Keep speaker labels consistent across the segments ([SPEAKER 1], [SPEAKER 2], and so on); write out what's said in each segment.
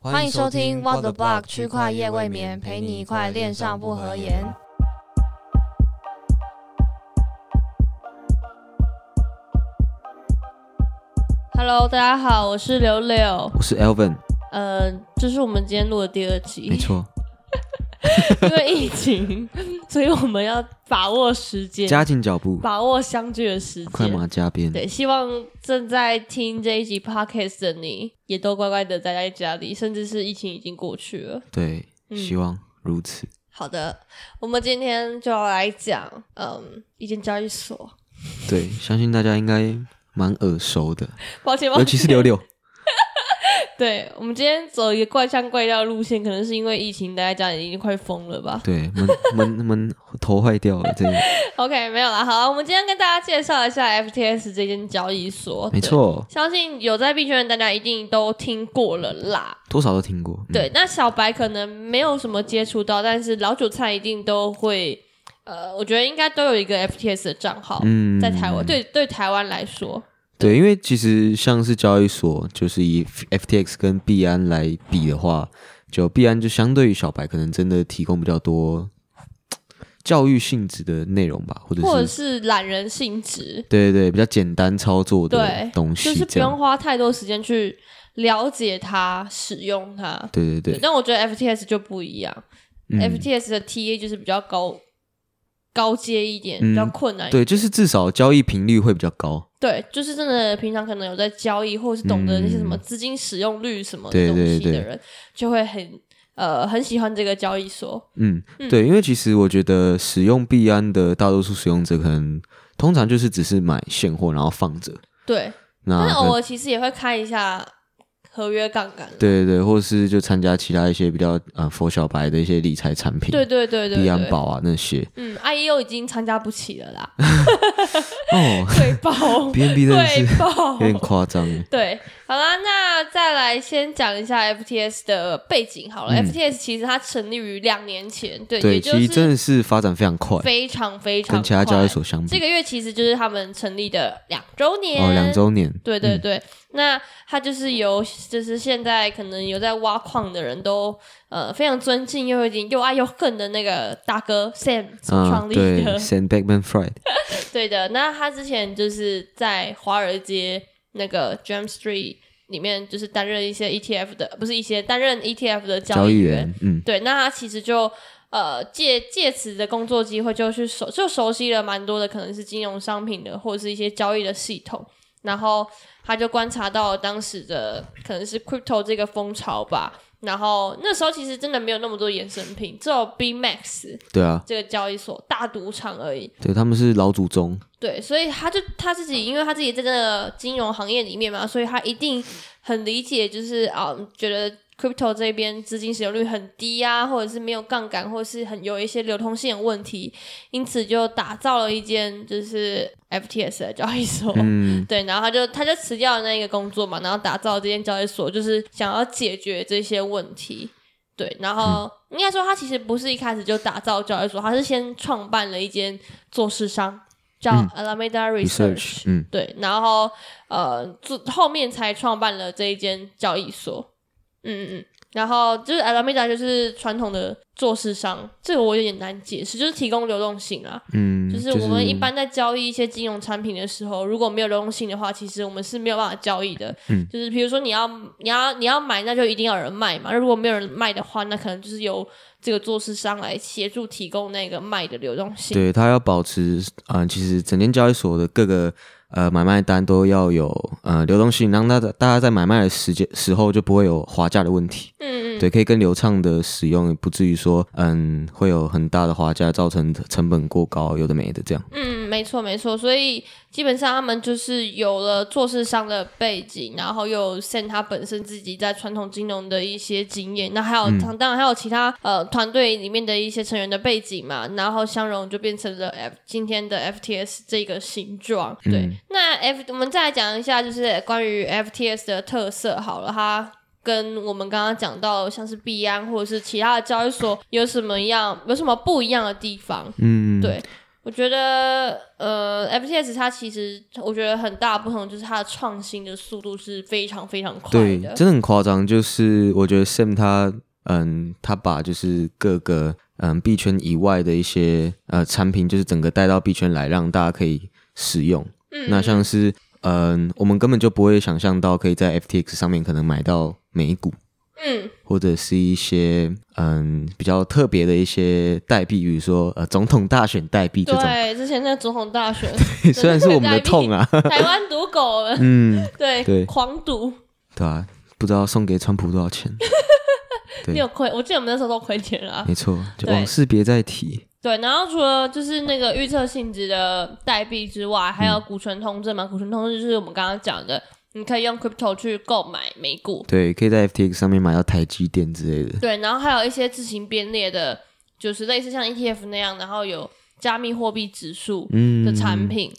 [SPEAKER 1] 欢迎收听 What the Block 区块夜未眠，陪你一块恋上不合言。
[SPEAKER 2] Hello，大家好，我是柳柳。
[SPEAKER 1] 我是 Elvin，
[SPEAKER 2] 呃，这是我们今天录的第二集，
[SPEAKER 1] 没错，
[SPEAKER 2] 因为疫情，所以我们要把握时间，
[SPEAKER 1] 加紧脚步，
[SPEAKER 2] 把握相聚的时
[SPEAKER 1] 快
[SPEAKER 2] 间。
[SPEAKER 1] 马加鞭。
[SPEAKER 2] 对，希望正在听这一集 podcast 的你，也都乖乖的待在家里，甚至是疫情已经过去了。
[SPEAKER 1] 对，
[SPEAKER 2] 嗯
[SPEAKER 1] 希望如此。
[SPEAKER 2] 好的，我们今天就要来讲，嗯，一间交易所，
[SPEAKER 1] 对，相信大家应该蛮耳熟 的，
[SPEAKER 2] 抱歉，抱
[SPEAKER 1] 尤
[SPEAKER 2] 歉，
[SPEAKER 1] 其是柳柳。
[SPEAKER 2] 对，我们今天走一个怪腔怪调的路线，可能是因为疫情待在家里已经快疯了吧。
[SPEAKER 1] 对，闷闷闷头坏掉了，这个
[SPEAKER 2] OK，没有啦。好，我们今天跟大家介绍一下 FTS 这间交易所。
[SPEAKER 1] 没错
[SPEAKER 2] 对，，相信有在币圈的大家一定都听过了啦。
[SPEAKER 1] 多少都听过。嗯
[SPEAKER 2] 对，那小白可能没有什么接触到，但是老韭菜一定都会。呃，我觉得应该都有一个 FTS 的账号，
[SPEAKER 1] 嗯
[SPEAKER 2] 在台湾。对，对台湾来说，
[SPEAKER 1] 对，因为其实像是交易所，就是以 F- FTX 跟币安来比的话，就币安就相对于小白，可能真的提供比较多嘖教育性质的内容吧，或者是
[SPEAKER 2] 或者是懒人性质，
[SPEAKER 1] 对对对，比较简单操作的
[SPEAKER 2] 对
[SPEAKER 1] 东
[SPEAKER 2] 就
[SPEAKER 1] 西，
[SPEAKER 2] 是不
[SPEAKER 1] 这样
[SPEAKER 2] 用花太多时间去了解它、使用它。
[SPEAKER 1] 对对对，
[SPEAKER 2] 但我觉得 FTS 就不一样。
[SPEAKER 1] 嗯
[SPEAKER 2] FTS 的 TA 就是比较高高阶一点，
[SPEAKER 1] 嗯
[SPEAKER 2] 比较困难一点。
[SPEAKER 1] 对，就是至少交易频率会比较高，
[SPEAKER 2] 对，就是真的平常可能有在交易，或者是懂得
[SPEAKER 1] 嗯
[SPEAKER 2] 那些什么资金使用率什么
[SPEAKER 1] 对
[SPEAKER 2] 的东西
[SPEAKER 1] 对
[SPEAKER 2] 的
[SPEAKER 1] 对
[SPEAKER 2] 人，就会很呃很喜欢这个交易所。
[SPEAKER 1] 嗯，
[SPEAKER 2] 嗯
[SPEAKER 1] 对，因为其实我觉得使用币安的大多数使用者，可能通常就是只是买现货然后放着，
[SPEAKER 2] 对，
[SPEAKER 1] 那
[SPEAKER 2] 但是
[SPEAKER 1] 可
[SPEAKER 2] 偶尔其实也会开一下合约杠杆。
[SPEAKER 1] 对对对，或是就参加其他一些比较呃佛小白的一些理财产品，
[SPEAKER 2] 对对对对
[SPEAKER 1] 币安
[SPEAKER 2] 对，
[SPEAKER 1] 宝啊那 些
[SPEAKER 2] 嗯，IEO 已经参加不起了啦，
[SPEAKER 1] 哦
[SPEAKER 2] 汇 报，
[SPEAKER 1] ，BNB 真的是
[SPEAKER 2] 汇报
[SPEAKER 1] 有，点夸张耶，
[SPEAKER 2] 对，好啦，那再来先讲一下 FTS 的背景好
[SPEAKER 1] 嗯
[SPEAKER 2] 了。FTS 其实它成立于两年前， 对，
[SPEAKER 1] 对，
[SPEAKER 2] 也
[SPEAKER 1] 其
[SPEAKER 2] 就
[SPEAKER 1] 实真
[SPEAKER 2] 是
[SPEAKER 1] 的是发展非常快，
[SPEAKER 2] 非常非常
[SPEAKER 1] 跟其他
[SPEAKER 2] 快
[SPEAKER 1] 交易所相
[SPEAKER 2] 这
[SPEAKER 1] 比，
[SPEAKER 2] 个月其实就是他们成立的两周年，
[SPEAKER 1] 哦，两。周年，
[SPEAKER 2] 对对
[SPEAKER 1] 嗯
[SPEAKER 2] 对，那它就是由就是现在可能有在挖矿的人都呃非常尊敬又有点又爱又恨的那个大哥 Sam 所
[SPEAKER 1] 啊，
[SPEAKER 2] 创立
[SPEAKER 1] 对
[SPEAKER 2] 的，
[SPEAKER 1] ，Sam Bankman Fried，
[SPEAKER 2] 对的，那他之前就是在华尔街那个 Jam Street 里面，就是担任一些 ETF 的，不是一些担任 ETF 的
[SPEAKER 1] 交
[SPEAKER 2] 交
[SPEAKER 1] 易
[SPEAKER 2] 易
[SPEAKER 1] 员，嗯，
[SPEAKER 2] 对，那他其实就呃借借此的工作机会，就去熟就熟悉了蛮多的，可能是金融商品的，或者是一些交易的系统。然后他就观察到当时的可能是 crypto 这个风潮吧。然后那时候其实真的没有那么多衍生品，只有 BMax
[SPEAKER 1] 对啊，
[SPEAKER 2] 这个交易所大赌场而已。
[SPEAKER 1] 对，他们是老祖宗，
[SPEAKER 2] 对，所以他就他自己，因为他自己在这个金融行业里面嘛，所以他一定很理解，就是啊、觉得 crypto 这边资金使用率很低啊，或者是没有杠杆，或者是很有一些流通性的问题，因此就打造了一间就是 FTS 的交易所。
[SPEAKER 1] 嗯，
[SPEAKER 2] 对，然后他就他就辞掉了那个工作嘛，然后打造这间交易所，就是想要解决这些问题。对，然后、应该说他其实不是一开始就打造交易所，他是先创办了一间做市商，叫
[SPEAKER 1] 嗯
[SPEAKER 2] Alameda
[SPEAKER 1] research，
[SPEAKER 2] Research。
[SPEAKER 1] 嗯，
[SPEAKER 2] 对，然后呃，做后面才创办了这一间交易所。嗯嗯嗯，然后就是 Alameda 就是传统的做市商，这个我有点难解释，就是提供流动性啊。
[SPEAKER 1] 嗯，
[SPEAKER 2] 就是我们一般在交易一些金融产品的时候，如果没有流动性的话，其实我们是没有办法交易的。
[SPEAKER 1] 嗯
[SPEAKER 2] 就是比如说你要你要你要买，那就一定要有人卖嘛。那如果没有人卖的话，那可能就是由这个做市商来协助提供那个卖的流动性。
[SPEAKER 1] 对它要保持，嗯、其实整间交易所的各个呃买卖单都要有呃流动性，让大家大家在买卖的时间时候就不会有滑价的问题，
[SPEAKER 2] 嗯嗯，
[SPEAKER 1] 对，可以更流畅的使用，也不至于说嗯会有很大的滑价，造成成本过高，有的没的这样。
[SPEAKER 2] 嗯，没错没错，所以基本上他们就是有了做市商的背景，然后又有 Sen 他本身自己在传统金融的一些经验，那还有、当当然还有其他呃团队里面的一些成员的背景嘛，然后相融就变成了 F 今天的 FTS 这个形状。对，
[SPEAKER 1] 嗯
[SPEAKER 2] 那 F 我们再来讲一下就是关于 FTS 的特色好了，它跟我们刚刚讲到像是币安或者是其他的交易所有什么样有什么不一样的地方？
[SPEAKER 1] 嗯，
[SPEAKER 2] 对，我觉得，呃，FTS 它其实我觉得很大的不同就是它的创新的速度是非常非常快
[SPEAKER 1] 对，
[SPEAKER 2] 的。
[SPEAKER 1] 真的很夸张。就是我觉得 Sam 他，嗯，他把就是各个嗯币圈以外的一些呃产品，就是整个带到币圈来，让大家可以使用。
[SPEAKER 2] 嗯，
[SPEAKER 1] 那像是嗯，我们根本就不会想象到可以在 FTX 上面可能买到美股，
[SPEAKER 2] 嗯
[SPEAKER 1] 或者是一些嗯比较特别的一些代币，比如说呃总统大选代币这种。
[SPEAKER 2] 对，之前那总统 大选，
[SPEAKER 1] 虽然是我们的痛啊，
[SPEAKER 2] 台湾赌狗了，
[SPEAKER 1] 嗯，
[SPEAKER 2] 对，
[SPEAKER 1] 对
[SPEAKER 2] 狂赌，
[SPEAKER 1] 对啊，不知道送给川普多少钱。对嗯
[SPEAKER 2] 你有亏？我记得我们那时候都亏钱了啊、
[SPEAKER 1] 没错，就
[SPEAKER 2] 对
[SPEAKER 1] 往事别再提。
[SPEAKER 2] 对，然后除了就是那个预测性质的代币之外，还
[SPEAKER 1] 嗯
[SPEAKER 2] 有股权通证嘛，股权通证就是我们刚刚讲的，你可以用 crypto 去购买美股，
[SPEAKER 1] 对，可以在 FTX 上面买到台积电之类的。
[SPEAKER 2] 对，然后还有一些自行编列的，就是类似像 ETF 那样，然后有加密货币指数
[SPEAKER 1] 嗯
[SPEAKER 2] 的产品，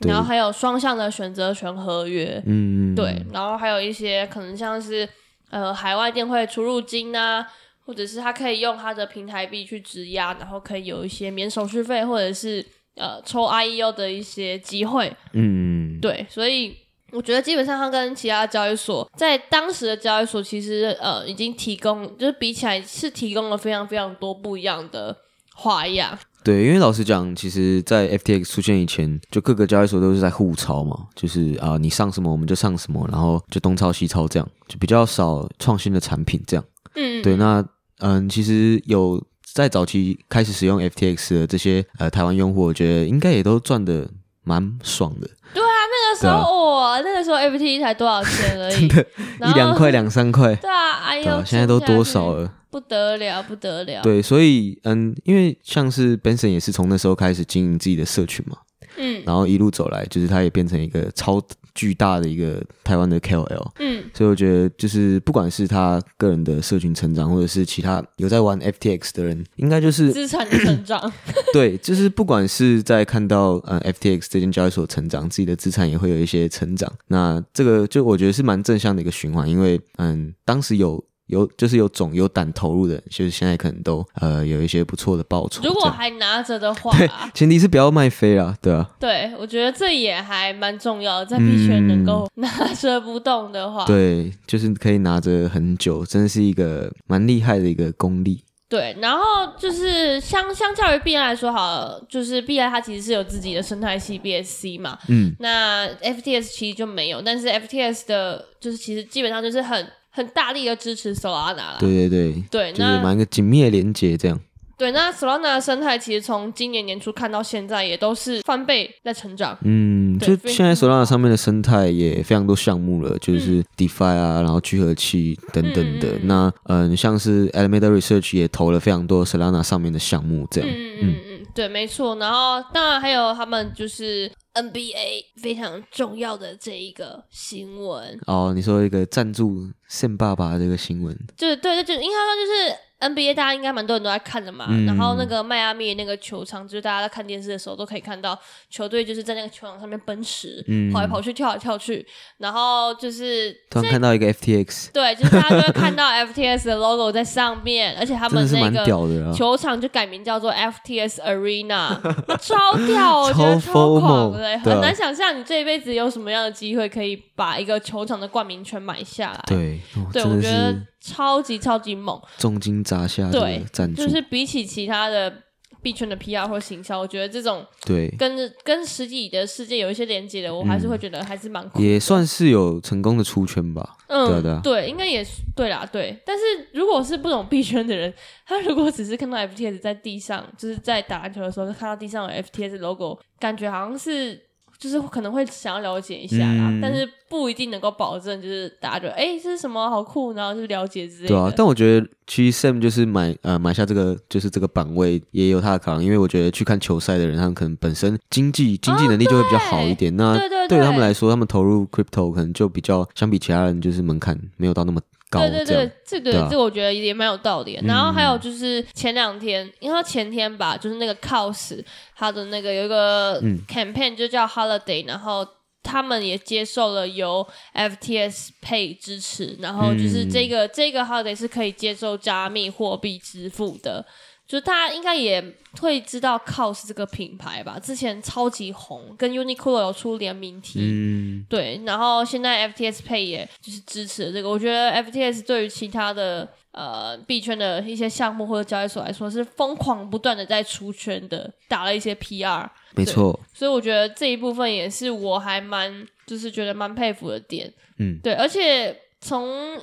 [SPEAKER 1] 对
[SPEAKER 2] 然后还有双向的选择权合约，
[SPEAKER 1] 嗯，
[SPEAKER 2] 对，然后还有一些可能像是呃海外电汇出入金啊，或者是他可以用他的平台币去质押，然后可以有一些免手续费或者是呃抽 IEO 的一些机会，
[SPEAKER 1] 嗯，
[SPEAKER 2] 对，所以我觉得基本上它跟其他交易所在当时的交易所其实呃已经提供，就是比起来是提供了非常非常多不一样的花样。
[SPEAKER 1] 对，因为老实讲，其实，在 FTX 出现以前，就各个交易所都是在互抄嘛，就是啊、你上什么我们就上什么，然后就东抄西抄这样，就比较少创新的产品这样。
[SPEAKER 2] 嗯，
[SPEAKER 1] 对，那嗯，其实有在早期开始使用 FTX 的这些呃台湾用户，我觉得应该也都赚的蛮爽的，
[SPEAKER 2] 那个时
[SPEAKER 1] 对啊
[SPEAKER 2] 候哇、那个时候 FT 才多少钱而已， 然
[SPEAKER 1] 一两
[SPEAKER 2] 后
[SPEAKER 1] 块两三块，
[SPEAKER 2] 对啊，哎
[SPEAKER 1] 对
[SPEAKER 2] 呦，
[SPEAKER 1] 啊？现在都多少
[SPEAKER 2] 了？
[SPEAKER 1] 了？
[SPEAKER 2] 不得了，不得了。，
[SPEAKER 1] 对，所以嗯，因为像是 Benson 也是从那时候开始经营自己的社群嘛，
[SPEAKER 2] 嗯
[SPEAKER 1] 然后一路走来，就是他也变成一个超巨大的一个台湾的 KOL。
[SPEAKER 2] 嗯
[SPEAKER 1] 所以我觉得，就是不管是他个人的社群成长，或者是其他有在玩 FTX 的人，应该就是
[SPEAKER 2] 资产的 成长，
[SPEAKER 1] 对，就是不管是在看到呃 FTX 这间交易所成长，自己的资产也会有一些成长。那这个就我觉得是蛮正向的一个循环，因为嗯，当时有有就是有种有胆投入的人，就是现在可能都呃有一些不错的报酬。
[SPEAKER 2] 如
[SPEAKER 1] 这
[SPEAKER 2] 果
[SPEAKER 1] 样
[SPEAKER 2] 还拿着的话，
[SPEAKER 1] 前提是不要卖飞啦，对啊，
[SPEAKER 2] 对我觉得这也还蛮重要的，在币圈能
[SPEAKER 1] 嗯
[SPEAKER 2] 够拿着不动的话，
[SPEAKER 1] 对，就是可以拿着很久，真的是一个蛮厉害的一个功力。
[SPEAKER 2] 对，然后就是相相较于币安来说，好了，就是币安它其实是有自己的生态系 BSC 嘛，
[SPEAKER 1] 嗯，
[SPEAKER 2] 那 FTS 其实就没有，但是 FTS 的就是其实基本上就是很很大力的支持 Solana 啦。
[SPEAKER 1] 对对对，
[SPEAKER 2] 对，
[SPEAKER 1] 就是
[SPEAKER 2] 那
[SPEAKER 1] 蛮一个紧密的连接这样。
[SPEAKER 2] 对那 Solana 的生态其实从今年年初看到现在，也都是翻倍在成长。
[SPEAKER 1] 嗯，
[SPEAKER 2] 对
[SPEAKER 1] 就
[SPEAKER 2] 非
[SPEAKER 1] 现在
[SPEAKER 2] 常嗯
[SPEAKER 1] Solana 上面的生态也非常多项目了，就是 DeFi 啊，然后聚合器等等的。
[SPEAKER 2] 嗯嗯嗯
[SPEAKER 1] 那嗯，像是 Alameda Research 也投了非常多 Solana 上面的项目，这样。
[SPEAKER 2] 嗯嗯嗯，嗯，对，没错。然后当然还有他们就是 NBA 非常重要的这一个新闻，
[SPEAKER 1] 哦，你说一个赞助 Sam 爸爸的这个新闻，
[SPEAKER 2] 就是对对，就应该说就是 NBA，大家应该蛮多人都在看的嘛。
[SPEAKER 1] 嗯
[SPEAKER 2] 然后那个迈阿密那个球场，就是大家在看电视的时候都可以看到球队就是在那个球场上面奔驰，
[SPEAKER 1] 嗯
[SPEAKER 2] 跑来跑去，跳来跳去。然后就是
[SPEAKER 1] 突然看到一个 FTX，
[SPEAKER 2] 对，就是大家就会看到 FTS 的 logo 在上面，而且他
[SPEAKER 1] 真的
[SPEAKER 2] 们
[SPEAKER 1] 是
[SPEAKER 2] 那
[SPEAKER 1] 蛮
[SPEAKER 2] 个
[SPEAKER 1] 屌的啊！
[SPEAKER 2] 球场就改名叫做 FTS Arena，那超屌，我觉得
[SPEAKER 1] 超
[SPEAKER 2] 超
[SPEAKER 1] FOMO，
[SPEAKER 2] 狂的欸，
[SPEAKER 1] 对
[SPEAKER 2] 很
[SPEAKER 1] 啊
[SPEAKER 2] 难想象你这一辈子有什么样的机会可以把一个球场的冠名权买下来。
[SPEAKER 1] 对，哦
[SPEAKER 2] 对，
[SPEAKER 1] 真
[SPEAKER 2] 我
[SPEAKER 1] 的
[SPEAKER 2] 觉得
[SPEAKER 1] 是
[SPEAKER 2] 超级超级猛，
[SPEAKER 1] 重金砸下这
[SPEAKER 2] 对
[SPEAKER 1] 个赞助
[SPEAKER 2] 就，是比起其他的币圈的 PR 或行销，我觉得这种
[SPEAKER 1] 对，
[SPEAKER 2] 跟跟实体的世界有一些连接的，我还是会觉得还是蛮酷。
[SPEAKER 1] 嗯也算是有成功的出圈吧。对啊对
[SPEAKER 2] 嗯
[SPEAKER 1] 啊，
[SPEAKER 2] 对，应该也是对啦，对。但是如果是不懂币圈的人，他如果只是看到 FTS 在地上，就是在打篮球的时候看到地上有 FTS logo，感觉好像是就是可能会想要了解一下啦，
[SPEAKER 1] 嗯
[SPEAKER 2] 但是不一定能够保证，就是大家觉得哎、这是什么好酷，然后就了解之类的。
[SPEAKER 1] 对啊，但我觉得其实 Sam 就是买呃买下这个就是这个版位也有他的考量，因为我觉得去看球赛的人，他们可能本身经济经济能力就会比较好一点。那
[SPEAKER 2] 对对
[SPEAKER 1] 对于他们来说，他们投入 crypto 可能就比较相比其他人就是门槛没有到那么高，
[SPEAKER 2] 对对
[SPEAKER 1] 这样
[SPEAKER 2] 对，这个
[SPEAKER 1] 对啊嗯
[SPEAKER 2] 这个我觉得也蛮有道理的。然后还有就是前两天，因为前天吧，就是那个 cos 他的那个有一个
[SPEAKER 1] 嗯
[SPEAKER 2] campaign 就叫 holiday，然后。他们也接受了由 FTS Pay 支
[SPEAKER 1] 嗯
[SPEAKER 2] 持，然后就是这个、这个 holiday 是可以接受加密货币支付的，就是大家应该也会知道 COS 这个品牌吧？之前超级红，跟 Uniqlo 有出联名 T，、
[SPEAKER 1] 嗯，
[SPEAKER 2] 对，然后现在 FTS 配也就是支持了这个，我觉得 FTS 对于其他的呃币圈的一些项目或者交易所来说，是疯狂不断的在出圈的，打了一些 PR，
[SPEAKER 1] 没错，
[SPEAKER 2] 所以我觉得这一部分也是我还蛮就是觉得蛮佩服的点。
[SPEAKER 1] 嗯，
[SPEAKER 2] 对，而且从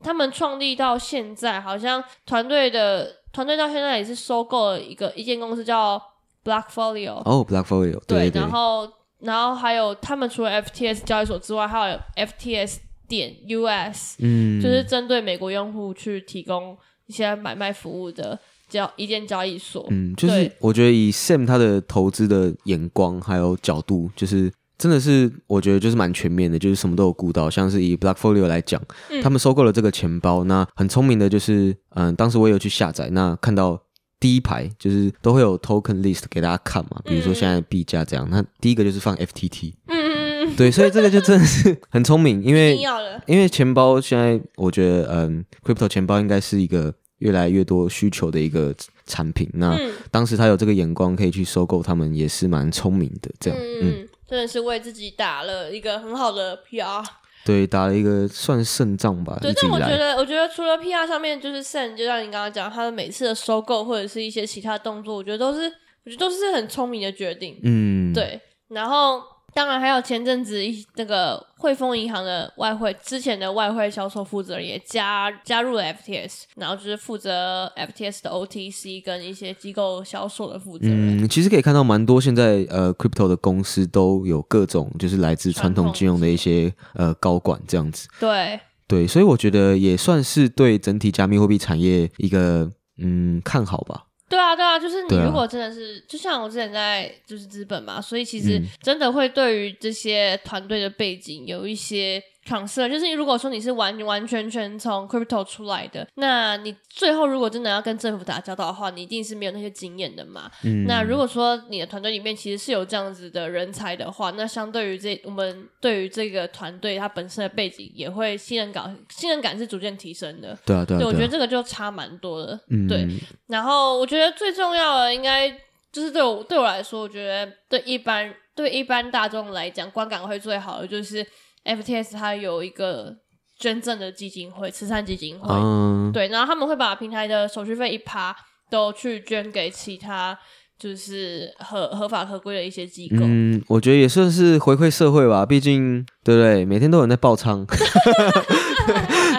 [SPEAKER 2] 他们创立到现在，好像团队的团队到现在也是收购了一个一间公司叫 Blackfolio，、
[SPEAKER 1] 哦，Blackfolio，对对
[SPEAKER 2] 然，后然后还有他们除了 FTS 交易所之外，还有 FTS 点 US，、
[SPEAKER 1] 嗯，
[SPEAKER 2] 就是针对美国用户去提供一些买卖服务的交一间交易所。
[SPEAKER 1] 嗯，就是
[SPEAKER 2] 对
[SPEAKER 1] 我觉得以 Sam 他的投资的眼光还有角度，就是真的是我觉得就是蛮全面的，就是什么都有顾到。像是以 Blackfolio 来讲，
[SPEAKER 2] 嗯
[SPEAKER 1] 他们收购了这个钱包，那很聪明的就是，嗯，当时我也有去下载，那看到。第一排就是都会有 token list 给大家看嘛，比如说
[SPEAKER 2] 嗯
[SPEAKER 1] 现在币价这样，那第一个就是放 FTT，
[SPEAKER 2] 嗯嗯嗯，
[SPEAKER 1] 对，所以这个就真的是 很聪明，因
[SPEAKER 2] 一
[SPEAKER 1] 为
[SPEAKER 2] 定要的。
[SPEAKER 1] 因为钱包现在，我觉得，嗯，crypto 钱包应该是一个越来越多需求的一个产品。那
[SPEAKER 2] 嗯
[SPEAKER 1] 当时他有这个眼光，可以去收购他们，也是蛮聪明的。这样，
[SPEAKER 2] 嗯
[SPEAKER 1] 嗯，
[SPEAKER 2] 嗯，真的是为自己打了一个很好的 PR。
[SPEAKER 1] 对，打了一个算胜仗吧，
[SPEAKER 2] 对
[SPEAKER 1] 一，直
[SPEAKER 2] 但
[SPEAKER 1] 以
[SPEAKER 2] 我觉
[SPEAKER 1] 来，
[SPEAKER 2] 得，我觉得除了 PR 上面，就是 Sen，就像你刚刚讲，他的每次的收购或者是一些其他动作，我觉得都是，我觉得都是很聪明的决定。
[SPEAKER 1] 嗯，，
[SPEAKER 2] 对，然后当然还有前阵子一那个汇丰银行的外汇之前的外汇销售负责人也加加入了 FTS，然后就是负责 FTS 的 OTC 跟一些机构销售的负责人。
[SPEAKER 1] 嗯，其实可以看到蛮多现在呃 crypto 的公司都有各种就是来自传统金融的一些
[SPEAKER 2] 嗯
[SPEAKER 1] 呃高管这样子。
[SPEAKER 2] 对，
[SPEAKER 1] 对，所以我觉得也算是对整体加密货币产业一个嗯看好吧。
[SPEAKER 2] 对啊，对啊，就是你
[SPEAKER 1] 对啊
[SPEAKER 2] 如果真的是，就像我之前在就是资本嘛，所以其
[SPEAKER 1] 嗯
[SPEAKER 2] 实真的会对于这些团队的背景有一些 concern，就是如果说你是完完全全从 crypto 出来的，那你最后如果真的要跟政府打交道的话，你一定是没有那些经验的嘛。
[SPEAKER 1] 嗯，
[SPEAKER 2] 那如果说你的团队里面其实是有这样子的人才的话，那相对于这我们对于这个团队它本身的背景也会信任感，信任感是逐渐提升的。
[SPEAKER 1] 对啊，对啊，
[SPEAKER 2] 对，我觉
[SPEAKER 1] 对
[SPEAKER 2] 得
[SPEAKER 1] 啊，
[SPEAKER 2] 这个就差蛮多的。
[SPEAKER 1] 嗯，
[SPEAKER 2] 对，然后我觉得最重要的应该就是对我对我来说，我觉得对一般对一般大众来讲，观感会最好的就是 FTS 它有一个捐赠的基金会，慈善基金会，
[SPEAKER 1] 嗯，
[SPEAKER 2] 对，然后他们会把平台的手续费一趴都去捐给其他就是合合法合规的一些机构。
[SPEAKER 1] 嗯，我觉得也算是回馈社会吧，毕竟对不对？每天都有人在爆 仓，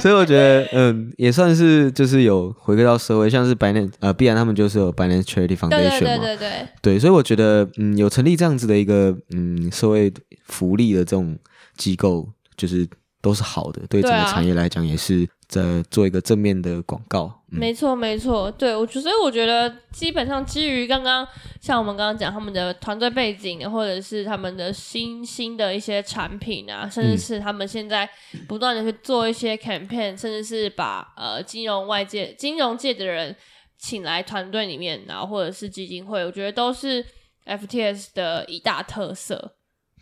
[SPEAKER 1] 所以我觉得嗯，也算是就是有回馈到社会，像是白莲呃，必然他们就是有白莲 Charity
[SPEAKER 2] 对对
[SPEAKER 1] Foundation
[SPEAKER 2] 对
[SPEAKER 1] 嘛，
[SPEAKER 2] 对对，
[SPEAKER 1] 对，所以我觉得嗯，有成立这样子的一个嗯社会福利的这种机构，就是都是好的，对
[SPEAKER 2] 对
[SPEAKER 1] 整
[SPEAKER 2] 啊
[SPEAKER 1] 个产业来讲也是在做一个正面的广告，嗯
[SPEAKER 2] 没错，没错，对我觉，所以我觉得基本上基于刚刚像我们刚刚讲他们的团队背景，或者是他们的新兴的一些产品啊，甚至
[SPEAKER 1] 嗯
[SPEAKER 2] 是他们现在不断的去做一些 campaign，甚至是把呃金融外界、金融界的人请来团队里面，然后或者是基金会，我觉得都是 FTS 的一大特色。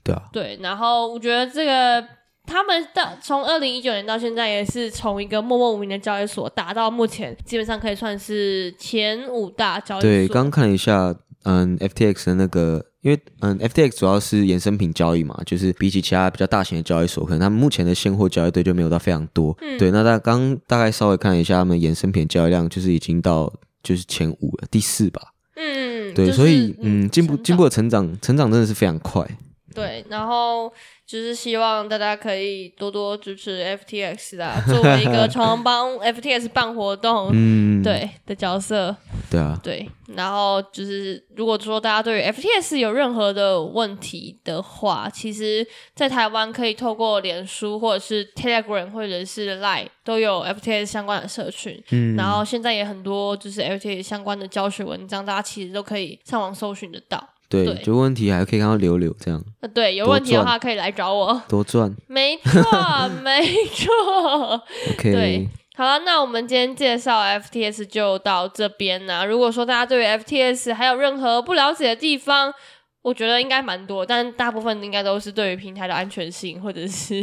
[SPEAKER 1] 对啊，
[SPEAKER 2] 对，然后我觉得这个他们到从二零一九年到现在，也是从一个默默无名的交易所打到目前，基本上可以算是前五大交易所。
[SPEAKER 1] 对，刚看了一下，嗯，FTX 的那个，因为嗯，FTX 主要是衍生品交易嘛，就是比起其他比较大型的交易所，可能他们目前的现货交易对就没有到非常多。
[SPEAKER 2] 嗯
[SPEAKER 1] 对，那大刚大概稍微看了一下，他们衍生品交易量就是已经到就是前五了，第四吧。
[SPEAKER 2] 嗯，
[SPEAKER 1] 对，
[SPEAKER 2] 就是
[SPEAKER 1] 所以嗯，进步
[SPEAKER 2] 成长
[SPEAKER 1] 进步的成长，成长真的是非常快。
[SPEAKER 2] 对，然后就是希望大家可以多多支持 FTX 啦，作为一个常帮 FTX 办活动。
[SPEAKER 1] 嗯，
[SPEAKER 2] 对的角色，
[SPEAKER 1] 对啊，
[SPEAKER 2] 对，然后就是如果说大家对于 FTS 有任何的问题的话，其实，在台湾可以透过脸书或者是 Telegram 或者是 Line 都有 FTS 相关的社群，
[SPEAKER 1] 嗯，
[SPEAKER 2] 然后现在也很多就是 FTS 相关的教学文章，大家其实都可以上网搜寻得到。
[SPEAKER 1] 对，
[SPEAKER 2] 对
[SPEAKER 1] 就问题还可以看到柳柳这样
[SPEAKER 2] 呃，对，有
[SPEAKER 1] 多
[SPEAKER 2] 问题的
[SPEAKER 1] 赚
[SPEAKER 2] 话可以来找我。
[SPEAKER 1] 多赚。
[SPEAKER 2] 没错，没错。对
[SPEAKER 1] OK，
[SPEAKER 2] 好了，那我们今天介绍 FTS 就到这边啦、如果说大家对于 FTS 还有任何不了解的地方，我觉得应该蛮多，但大部分应该都是对于平台的安全性或者是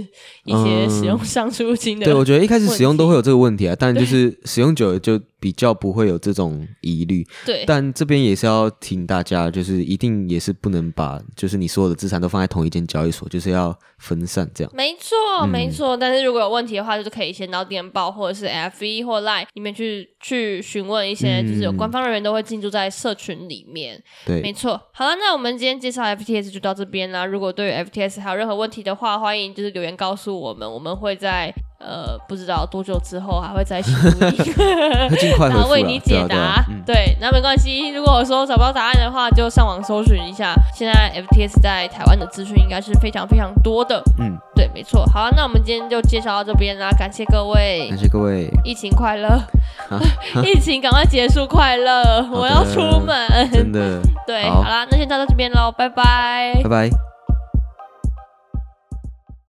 [SPEAKER 2] 一些使用上出金的。
[SPEAKER 1] 对，我觉得一开始使用都会有这个问题啊，但就是使用久了就比较不会有这种疑虑。
[SPEAKER 2] 对，
[SPEAKER 1] 但这边也是要提醒大家，就是一定也是不能把就是你所有的资产都放在同一间交易所，就是要分散这样。
[SPEAKER 2] 没错，没错。但是如果有问题的话，就是可以先到电报或者是 F 一或 Line 里面去去询问一些，就是有官方人员都会进驻在社群里面。没
[SPEAKER 1] 对，
[SPEAKER 2] 错。好了，那我们今天介绍 FTS 就到这边啦。如果对于 FTS 还有任何问题的话，欢迎就是留言告诉我们，我们会在呃不知道多久之后还会再询 问你。
[SPEAKER 1] 他尽快回
[SPEAKER 2] 然后
[SPEAKER 1] 复
[SPEAKER 2] 为
[SPEAKER 1] 了，
[SPEAKER 2] 你解
[SPEAKER 1] 对啊。
[SPEAKER 2] 答
[SPEAKER 1] 对啊嗯，
[SPEAKER 2] 对，那没关系。如果说找不到答案的话，就上网搜寻一下。现在 FTS 在台湾的资讯应该是非常非常多的。
[SPEAKER 1] 嗯，
[SPEAKER 2] 对，没错。好啊，那我们今天就介绍到这边啦，感谢各位
[SPEAKER 1] 感，谢各位，
[SPEAKER 2] 疫情快 乐，疫情赶快结束，快乐，我要出门。
[SPEAKER 1] 真的，
[SPEAKER 2] 对，
[SPEAKER 1] 好
[SPEAKER 2] 好啦，那先到这边喽，拜拜
[SPEAKER 1] 拜拜。